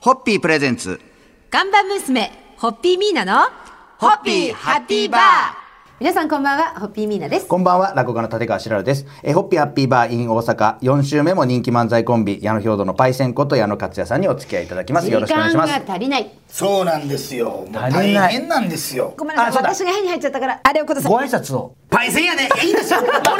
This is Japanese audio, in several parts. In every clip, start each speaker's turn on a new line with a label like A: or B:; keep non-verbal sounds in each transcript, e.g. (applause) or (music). A: ホッピープレゼンツ。
B: 看板娘、ホッピーミーナの、
A: ホッピーハッピーバー
B: 皆さんこんばんは、ホッピーミーナです。
C: こんばんは、落語家の立川しらるです。えー、ホッピーハッピーバーイン大阪、4週目も人気漫才コンビ、矢野兵道のパイセンこと矢野克也さんにお付き合いいただきます。よろしくお願いします。
B: 足りない。
D: そうなんですよ。もう
C: 足り
D: 大
C: ない
D: 変なんですよ。
B: ごめんなさい、
C: あそうだ
B: 私が変に入っちゃったから、あれをください。
C: ご挨拶を。
D: パイセンやね。いいんですよ。これ、こ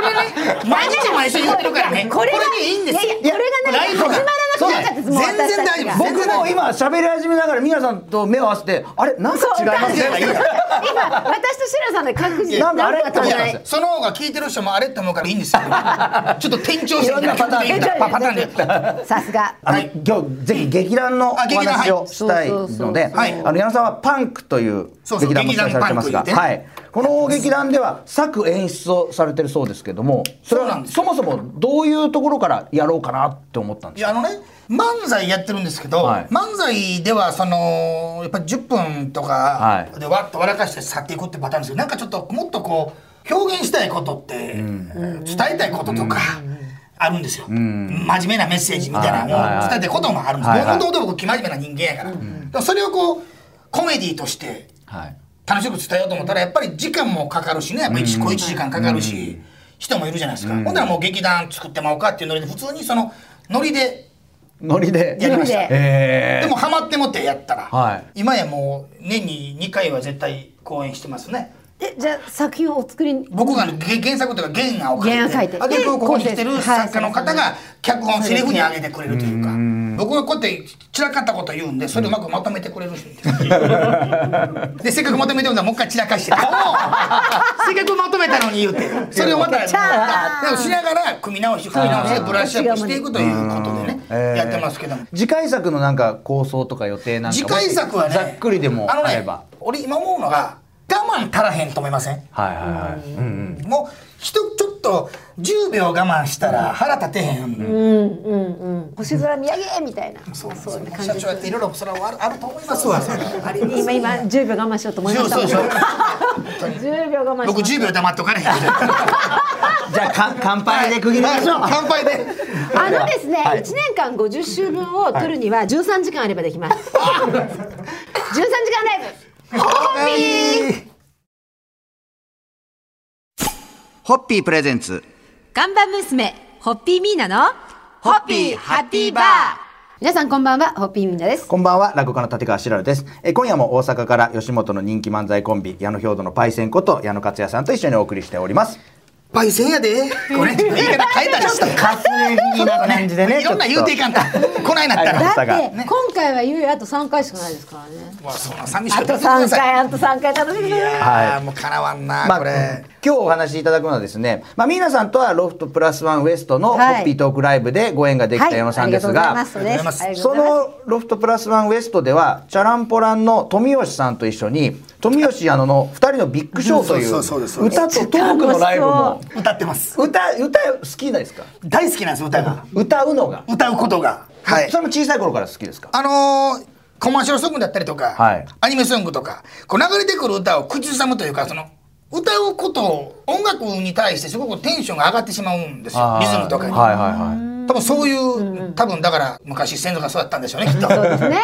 D: れね、毎日毎週言ってるからね。
B: これが
D: でいいんです
B: いやいやこれがね
D: ライブ
B: 始まらなくなっちゃったんですもう
D: 全然
B: 私たち
D: 大
B: が
D: 丈夫。
C: 僕も今喋り始めながら皆さんと目を合わせて、あれなんか違います
D: そう
C: ね。
B: 今、私とシラさんで確実に
C: なんかあれ
B: 足りない
D: (laughs)
B: い
C: や。
D: その方が聞いてる人もあれって思うからいいんですよ。ちょっと転調して
C: いろんなパターン
D: い
C: で
D: いんだパターンで。
B: さすが。
C: あの、
D: はい
C: 今日ぜひ劇団のお
D: あ劇団
C: 話を
D: はい
C: したいので、
D: そうそうそう
C: あの矢野さんはパンクという
D: そうそう
C: 劇団も主催されてますが、
D: 劇団パンク
C: は
D: 言う
C: い。この劇団では作演出をされてるそうですけども、それ
D: そうなん
C: は
D: です
C: そもそもどういうところからやろうかなって思ったん
D: い
C: です
D: やあのね漫才やってるんですけど、
C: はい
D: 漫才ではそのやっぱり10分と
C: は
D: か
C: い
D: でわっと笑かして去っていくってパターンですけどなんかちょっともっとこう表現したいことって、伝えたいこととか。あるんですよ、真面目なメッセージみたいなの
C: はいはいはい
D: を伝えたいこともあるんです
C: は
D: も
C: いはい
D: ともと僕生真面目な人間やから、でもそれをこうコメディとして
C: か。はい。
D: 楽しく伝えようと思ったらやっぱり時間もかかるしねやっぱ一小1時間かかるし、人もいるじゃないですか、ほんならもう劇団作ってもらおうかっていうノリで普通にそのノリで
C: ノリで。
D: やりました
B: で
C: え
D: でもハマってもってやったら、
C: はい
D: 今やもう年に2回は絶対公演してますね
B: え、じゃあ作品をお作りに。
D: 僕が、ね、げ原作というか原案を書いて
B: 原案書いて
D: あで
B: で
D: こうここに来て
B: 構
D: る
B: 成はい
D: 作家の方が脚本をセリフに上げてくれるというか僕がこうやって散らかったこと言うんでそれをうまくまとめてくれる人いてでせっかくまとめてるんだもう一回散らかして
B: (laughs)
D: せっかくまとめたのに言うてそれをまた
B: チャー
D: でもしながら組み直し組み直してブラッシュアップしていくということでね
C: えー
D: やってますけども。
C: 次回作のなんか構想とか予定なんか
D: 次回作はね
C: ざっくりでもあれ
D: あの
C: ば
D: ね、俺今思うのが我慢足らへんと思いません
C: はいはいはい、うんうん、
D: もうひとちょっと10秒我慢したら腹立てへん、
B: うんうんうん。星空見上げみたいな。
D: そう
B: そ
D: そうう
B: いう感
D: 社
B: じ
D: 長やっていろいろそれはあるあると思いますわそれはあります
B: 今今10秒我慢しようと思いま
D: そう
B: した
D: そうそう
B: 10秒我慢し
D: 僕10秒黙っとかれへん
C: じゃあか乾杯で区切りましょう、
D: 乾杯で
B: あのですね、
C: はい
B: 1年間50週分を取るには13時間あればできます。13時間ライ
A: ホッピープレゼンツ。
B: ブ看板娘、ホッピーミーナの、
A: ホッピーハッピーバー
B: 皆さんこんばんは、ホッピーミーナです。
C: こんばんは落語家の立川しらるですえー今夜も大阪から吉本の人気漫才コンビ矢野兵道のパイセンこと矢野克也さんと一緒にお送りしております
D: パイセンやでこれ言い方変えたりした (laughs) かすれ気な
C: 感じでね
D: いろんな言うていかんとこないなったら
C: あ
B: だって、
C: 朝が
B: 今回はゆうやあと3回しかないですからね。
D: まあその寂しい
B: あと3回、あと3回楽しみ
D: い
B: だな。
D: やーもうかなわんな
C: まあ、
D: これ
C: 今日お話しいただくのはですね、まあ、ミーナさんとはロフトプラスワンウエストのホ
B: はい
C: ッピートークライブでご縁ができた矢野さんですが、
B: はい、ありがとうございます。
D: あ
B: そうです
C: そ、のロフトプラスワンウエストではチャランポランの富吉さんと一緒に富吉矢野の2人のビッグショーと
D: (laughs)
C: い
D: そうそうそうそうう
C: 歌とトークのライブも
D: 歌ってます
C: 歌歌好きなんですか
D: 大好きなんです歌が
C: 歌うのが、
D: 歌うことがはい
C: それも小さい頃から好きですか
D: あのーコマーシャルソングだったりとか、
C: はい
D: アニメソングとかこう流れてくる歌を口ずさむというかその歌うことを音楽に対してすごくテンションが上がってしまうんですよリズムとかに、
C: はいはいはい
D: 多分そういう多分だから昔先祖がそうだったんでしょうねきっ
C: (laughs)
D: と
B: そうですね。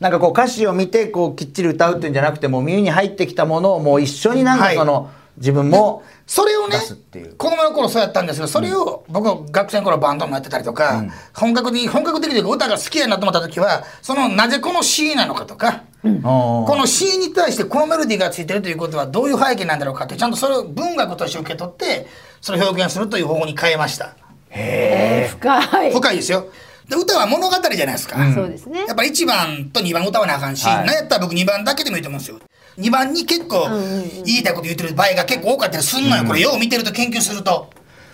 C: なんかこう歌詞を見てこうきっちり歌うっていうんじゃなくてもう耳に入ってきたものをもう一緒になんかその、自分も
D: それをね
C: 出すっていう
D: 子供の頃そうやったんですけどそれを僕は学生の頃バンドもやってたりとか、本格的本格的というか歌が好きやなと思った時はそのなぜこの詩なのかとか、
C: こ
D: この詩に対してこのメロディーがついてるということはどういう背景なんだろうかってちゃんとそれを文学として受け取ってそれを表現するという方法に変えました
B: えー、深い。
D: 深いですよで歌は物語じゃないですか、
B: そうですね
D: やっ。ぱり1番と2番歌わなあかんし、
C: はい
D: なんやったら僕2番だけでもいいと思うんですよ2番に結構言いたいこと言ってる場合が結構多かったりすんのよ、これよう見てると研究すると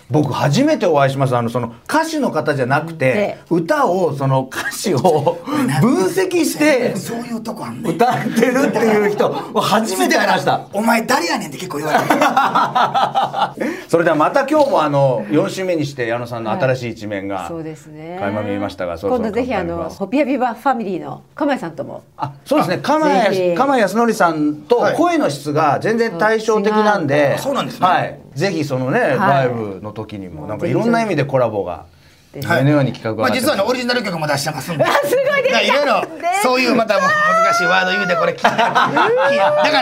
C: 僕初めてお会いしますあのその歌手の方じゃなくて歌をその歌
B: (laughs)
C: 詞を分析して
D: そういうとこあんねん
C: 歌ってるっていう人初めて会いました
D: お前誰やねんって結構言われる
C: それではまた今日もあの4週目にして矢野さんの新しい一面が
B: そうですね。
C: 垣間見えましたがそろ
B: 今
C: そろ
B: 度ぜひあ
C: 乾杯
B: の
C: します
B: ホピアビバファミリーの釜井さんとも。
C: あそうですね鎌
B: ぜ
C: 谷
B: ひ
C: 鎌谷康則さんと声の質が全然対照的なんで、
D: そうなんですね
C: はい、ぜひそのね、
B: い
C: ライブの時にもなんかいろんな意味でコラボが
B: っ
D: は
B: て。
D: い
C: 夢のように企画
D: ま
C: が
D: あ
C: 上が
D: 実は
C: ってます
D: ねオリジナル曲も出してますんで。
B: すごいです
D: いろいろそういうまたもう難しいワード言うてこれ聞いただか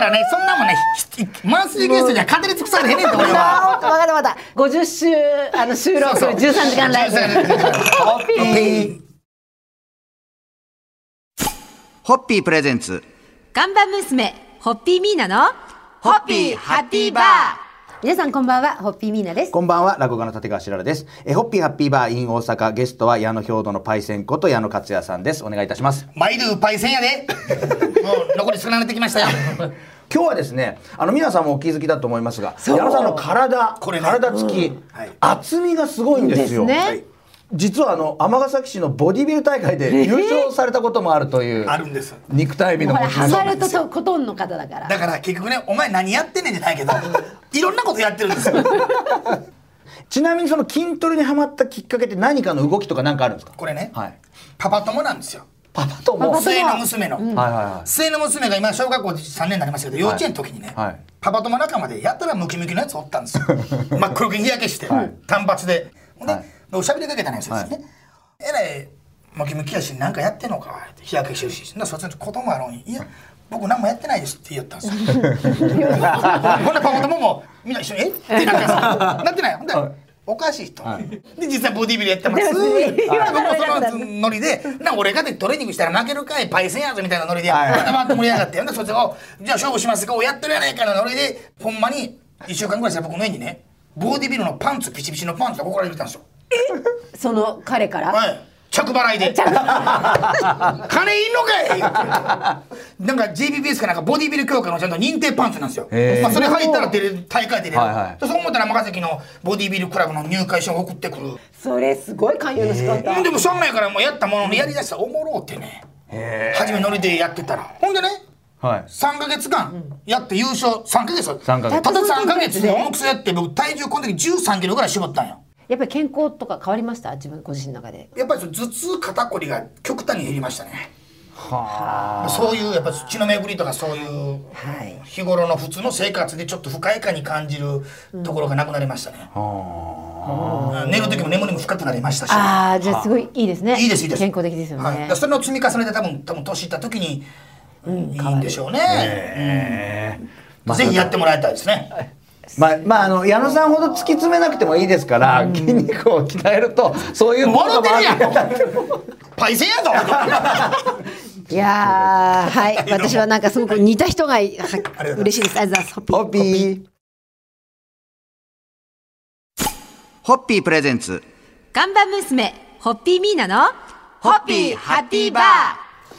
D: らねそんなもんねひひマンスリーゲストじゃ語り尽くされへんねんって俺は。
B: あ、わかったわかった。50週あの収録
D: そうそう
B: 13時間ライブ。
D: 13
B: ホッピー。
A: ホッピープレゼンツ
E: ガンバ娘、ホッピーミーナの、
A: ホッピーハッピーバー
B: 皆さんこんばんは、ホッピーミーナです。
C: こんばんは、落語家の立川しららです。えー、ホッピーハッピーバー in 大阪、ゲストは矢野兵道のパイセンこと矢野克也さんです。お願いいたします。
D: マイルーパイセンやで。もう残り少なくなってきましたよ。
C: 今日はですね、あの皆さんもお気づきだと思いますが、矢野さんの体、
D: これね
C: 体つき、厚みがすごいんですよ。
B: ですね
C: はい実はあの尼崎市のボディビル大会で優勝されたこともあるという、
D: あるんです
C: 肉体美の
B: ほら、
C: 持ち
B: ハ
C: 主
B: マルトとコトンの方だから。
D: だから結局ねお前何やってんねんじゃないけど
B: (laughs)
D: いろんなことやってるんですよ。
C: ちなみにその筋トレにハマったきっかけって何かの動きとか何かあるんですか
D: これね、
C: はい
D: パパ友なんですよ。
C: パパとも
B: パパ
D: 末の娘の。
C: はいはいはい
D: 末の娘が今小学校3年になりましたけど幼稚園の時にね、
C: はい
D: パパ友仲間でやったらムキムキのやつおったんです
C: (laughs)
D: よ真っ黒く日焼けして、単発でほんで、
C: はい
D: おしゃべりかけたんですよ、ねえらいムキムキやし何かやってんのかって日焼けしてるしなそっちの子供あのに「いや僕何もやってないです」って言ったんですよほんでパパ友もみんな一緒に「えっ?」てなってさなってないほんで、おかしいと、で実際ボディビルやってます (laughs)
B: でも
D: 僕もその
B: はい
D: ノリで、な俺がでトレーニングしたら負けるかい、パイセンやぞみたいなノリで、
C: はい
D: またまって盛り上がって、ほんでそいつが、じゃあ勝負しますか、おやってるやないかのノリで、ほんまに1週間ぐらいしたら僕の家にね、ボディビルのパンツ、ピチピチのパンツがここから入れたんですよ。
B: その彼から。
D: はい。着払いで。金いんのかいなんか JBBS かなんかボディビル協会のちゃんと認定パンツなんですよ。
C: へー
D: まあ、それ履いたら出る大会で出る。
C: はいはい
D: でそう思ったら、尼崎のボディビルクラブの入会証を送ってくる。
B: (laughs) それすごい勧誘の仕方。
D: でもしょうがないからもうやったもののやりだしたらおもろうってね初めノリでやってたらほんでね
C: はい
D: 3か月間やって優勝3か月
C: 三ヶ月
D: ただ3か月で
B: たった三ヶ月で
D: 重くそやって僕体重この時1 3キロぐらい絞ったんよ
B: やっぱり健康とか変わりました自分ご自身の中で。
D: やっぱりその頭痛肩こりが極端に減りましたねそういうやっぱ血の巡りとかそういう
B: はい。
D: 日頃の普通の生活でちょっと不快感に感じるところがなくなりましたね、うん寝る時も眠りも深くなりましたし
B: ああ、じゃあすごいいいですね。
D: いいですいいです
B: 健康的ですよ
D: はいだ
B: ね
D: から。それの積み重ねで多分多分年いった時に、いいんでしょうね、うんぜひやってもらいたいですね、
C: まあ、まあ、あの矢野さんほど突き詰めなくてもいいですから、筋肉を鍛えるとそういう
D: 笑ってるや
C: 効果もある
D: んパイセンやぞ
B: いやー、はい。私はなんかすごく似た人がはい嬉しいです。ありがとうございます。ホッピー
C: ホッピー
A: ホッピープレゼンツ
E: ガンバ娘、ホッピーミーナの、
A: ホッピーハッピーバー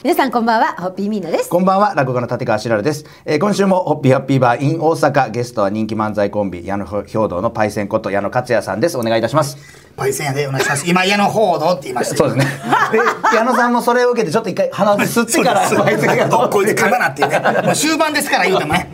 B: 皆さんこんばんは、ホッピーミーナです。
C: こんばんは落語家の立川しらるです、えー今週もホッピーハッピーバー in 大阪ゲストは人気漫才コンビ矢野兵道のパイセンこと矢野克也さんですお願いいたします
D: パイセンやでお願いします今家の報道って言いました
C: そうですねで矢野さんもそれを受けてちょっと一回鼻すってからパイセンがどう
D: こいつかまなっていうねもう終盤ですから言うてもね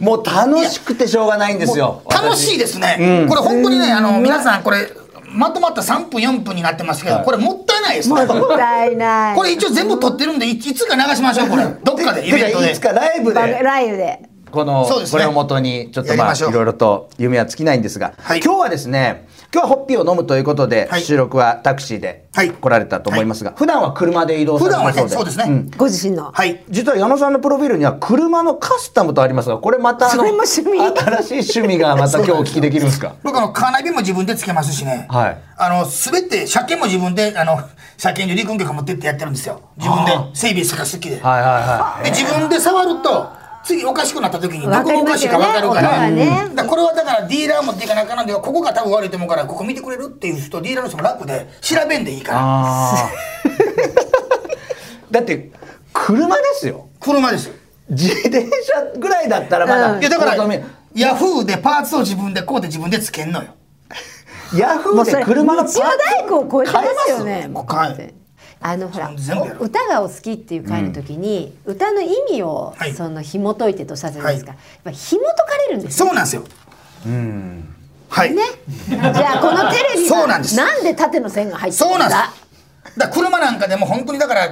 C: もう楽しくてしょうがないんですよ
D: 楽しいですね、これ本当にねあの皆さんこれまとまった3分4分になってますけど、これもったいないですね
B: もったいない。
D: これ一応全部撮ってるんでいいつか流しましょう
C: (laughs)
D: これどっかでイベント
C: てか
D: で
C: いつかライブで
B: ライブで。
C: この、
D: そうです
C: こ
D: ね
C: れをもとにちょっと
D: やり
C: まあ
D: ましょう
C: いろいろと夢は尽きないんですが、
D: はい
C: 今日はですね今日はホッピーを飲むということで、
D: はい
C: 収録はタクシーで
D: はい
C: 来られたと思いますが、普段は車で移動さ
D: 普
C: れ
D: 段は
C: る
D: ね
C: そ
D: そううで
C: です
D: ね、
B: ご自身の。
D: はい
C: 実は矢野さんのプロフィールには車のカスタムとありますがこれまたあの
B: それも趣味
C: 新しい趣味がまた今日お聞きできるんですか
D: 僕あのカーナビも自分でつけますしね、
C: はい
D: あの全て車検も自分であの車検で陸運局持ってってやってるんですよ自分で整備するが好きで,、
C: はいはいは
D: で自分で触ると次おかしくなった時にど
B: わか
D: こが
B: り
D: お
B: ま
D: かし
B: す
D: い
B: よね
D: か分かるから,、
B: 音がね
D: だからこれはだからディーラー持っていかなあかんのでここが多分悪いと思うからここ見てくれるっていう人ディーラーの人も楽で調べんでいいから
C: あ
D: (laughs)
C: ーだって車ですよ
D: 車ですよ
C: 自転車ぐらいだったらまだ、
D: いやだから
C: ごめん
D: ヤフーでパーツを自分でこうで自分でつけんのよ
C: ヤフ
B: もう
C: ー
B: そ
C: で
B: れ
C: 車のパーツ
B: 日曜大工を超えてますよね。
D: 買えます
B: もうだってあのほら
D: 全部やる
B: お歌がお好きっていう会の時に、歌の意味を
D: はい
B: その紐解いてとおっしゃったじゃないですか。
D: は
B: やっぱ紐解かれるんですよ。
D: そうなんですよはい
B: ね。じゃあこのテレビ
D: そ
B: は
D: うなんです
B: なんで縦の線が入ってる
D: そ
B: ん
D: うなんです
B: だ。
D: だから車なんかでも本当にだから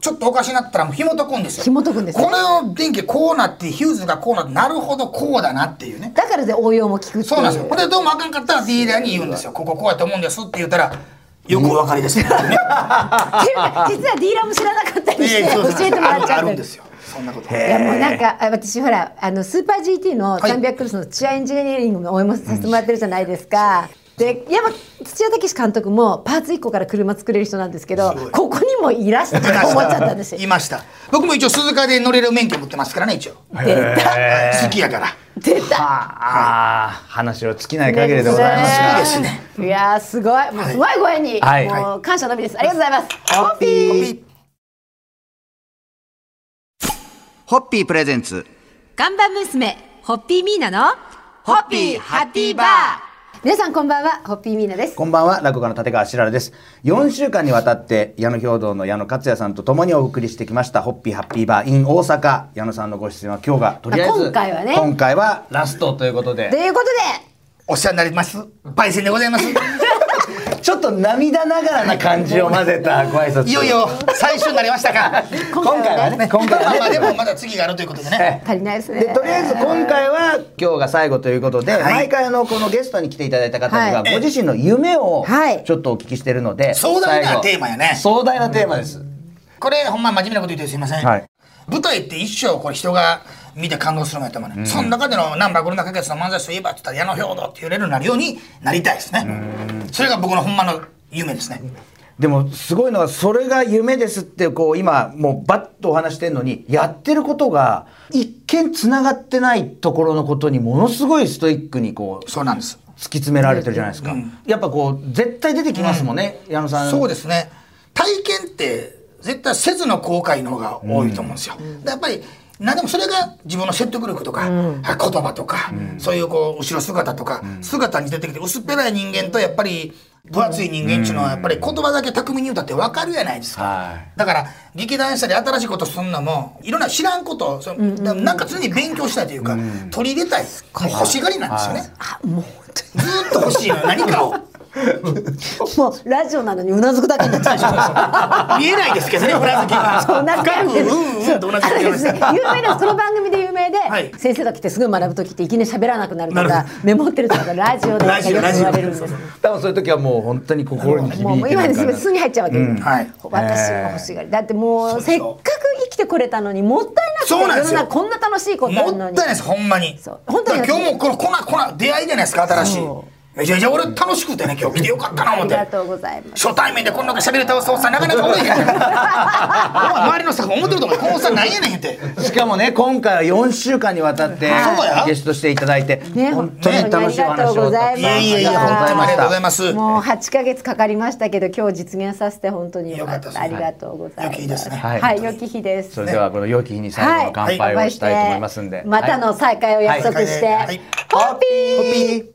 D: ちょっとおかしなったらもう紐解くんですよ
B: 紐解くんですね
D: これを電気こうなってヒューズがこうなってなるほどこうだなっていうね
B: だからで応用も効くっていう。
D: そうなんですよほんでどうもあかんかったらディーラーに言うんですよこここうやと思うんですって言ったらよくお分かりですね。
B: ていうか (laughs) 実はディーラーも知らなかったりして教えてもらっちゃ
D: あるある
B: って
D: ん
B: る
D: ですよ。そんなこと。
B: いやもうなんかあ私ほらあのスーパー GT の
D: い
B: 300クロスのチアエンジニアリングの応援もさせてもらってるじゃないですか。で山土屋武監督もパーツ1個から車作れる人なんですけど
D: ごい
B: ここにもいらしたと思っちゃったんですよ
C: (laughs)
D: い。ました。僕も一応鈴鹿で乗れる免許持ってますからね一応。
B: 出た
D: 好きやから。
B: 出た
C: ああ、話を尽きない限りでございます
D: いい
C: が
D: で。すね。
B: いやーすごいもうすごいご縁に、
C: はい
B: もう感謝のみですありがとうございます。
C: ハッピー。
A: ホッピープレゼンツ
E: ガンバ娘、ホッピーミーナの、
A: ホッピーハッピーバー
B: 皆さんこんばんはホッピーミーナです。
C: こんばんは、落語家の立川しららです。4週間にわたって、矢野兵道の矢野克也さんと共にお送りしてきました、ホッピーハッピーバー in 大阪。矢野さんのご出演は今日が、とりあえ
B: ま
C: ず、
B: あ今回はね
C: 今回はラストということで
B: と、いうことで
D: お世話になります。パイセンでございます。
C: ちょっと涙ながらな感じを混ぜたご挨拶。
D: いよいよ最初になりましたか。
C: 今回はね、今
D: ま
C: 回
D: あま
C: は
D: あ
C: ね
D: で。もまだ次があるということで
C: ええ
D: ね。
B: 足りないです
C: で
B: ね。
C: とりあえず今回は今日が最後ということで、
D: い
C: 毎回あのこのゲストに来ていただいた方には
D: はい
C: ご自身の夢を
B: はい
C: ちょっとお聞きしてるので、
D: 壮大な
C: 最後
D: テーマやね
C: 壮大なテーマです、
D: これほんま真面目なこと言ってすいません。
C: はい
D: 舞台って一生これ人が見て感動するもんやったもんね、その中での南波黒中月の漫才師といえばって言ったら矢野兵道って言えるようになるようになりたいですねそれが僕のほんまの夢ですね
C: でもすごいのはそれが夢ですってこう今もうバッとお話してるのにやってることが一見つながってないところのことにものすごいストイックにこう
D: そうなんです
C: 突き詰められてるじゃないですか、やっぱこう絶対出てきますもんね、矢野さん
D: そうですね体験って絶対せずの後悔の方が多いと思うんですよ、でやっぱり何でもそれが自分の説得力とか、言葉とか、そういうこう後ろ姿とか、姿に出てきて薄っぺらい人間とやっぱり分厚い人間っていうのはやっぱり言葉だけ巧みに言うたって分かるじゃないですか、
C: はい
D: だから劇団したり新しいことすんのもいろんな知らんことそのだなんか常に勉強したいというか、取り入れたいもう欲しがりなんですよね、ずーっと欲しいのよ何かを
B: もうラジオなのにうなずくだけになっちゃ
D: (laughs)
B: う。
D: 見えないですけどねうなずき
B: (laughs) そ
D: は
B: うなん
D: 深
B: か
D: くうんうんとうなずい
B: あ
D: て
B: れ
D: ま
B: です
D: し
B: ね
D: た
B: 有名なこの番組で有名で、
D: はい
B: 先生が来てすぐ学ぶ時っていきなり喋らなくなると
D: な
B: か
D: る
B: メモってるとかラジオでとか
D: ラ
B: よ
D: ジ
B: く
D: オラ
B: 言
D: ジ
B: わ
D: オ
B: れるんです
C: 多分そういう時はもう本当に心に響いて
B: もうもう今
C: なん
B: で
C: か
B: すぐすぐに入っちゃうわけです、
D: はい
B: 私も欲しがりだってもうせっかく生きてこれたのにもったいなくて
D: そうなんで
B: 世
D: す
B: の
D: よ
B: 中こんな楽しいことある
D: も
B: の
D: ったい
B: に
D: ないですほんまに
B: そう本当に
D: だから今日もこのこなこな出会いじゃないですか新しい
B: そ
D: めちゃめちゃ俺楽しくてね今日来てよかったな思っ
B: あり
D: て
B: がとうございます
D: 初対面でこんなこと喋れたおっさんなかなかお
B: (laughs)
D: れへんやんお前周りのスタッフ思ってると思うこのおっさんなんやねんって
C: (laughs) しかもね今回は4週間にわたって
D: そうや
C: ゲストしていただいて、
B: ね
C: 本当に楽しいお話をたくさん
D: いやいやいや本当にありがとうございます
B: もう8ヶ月かかりましたけど今日実現させて本当によかった
D: よか
B: あ
D: った
B: り
D: です
B: がとうございます
D: 良き日ですね
C: はい
B: はい良き日です
C: それではこの良き日に最後の乾杯をしたいと思いますんで、
B: またの再会を約束して、
D: はいはい
B: ホッピー
C: ホッピー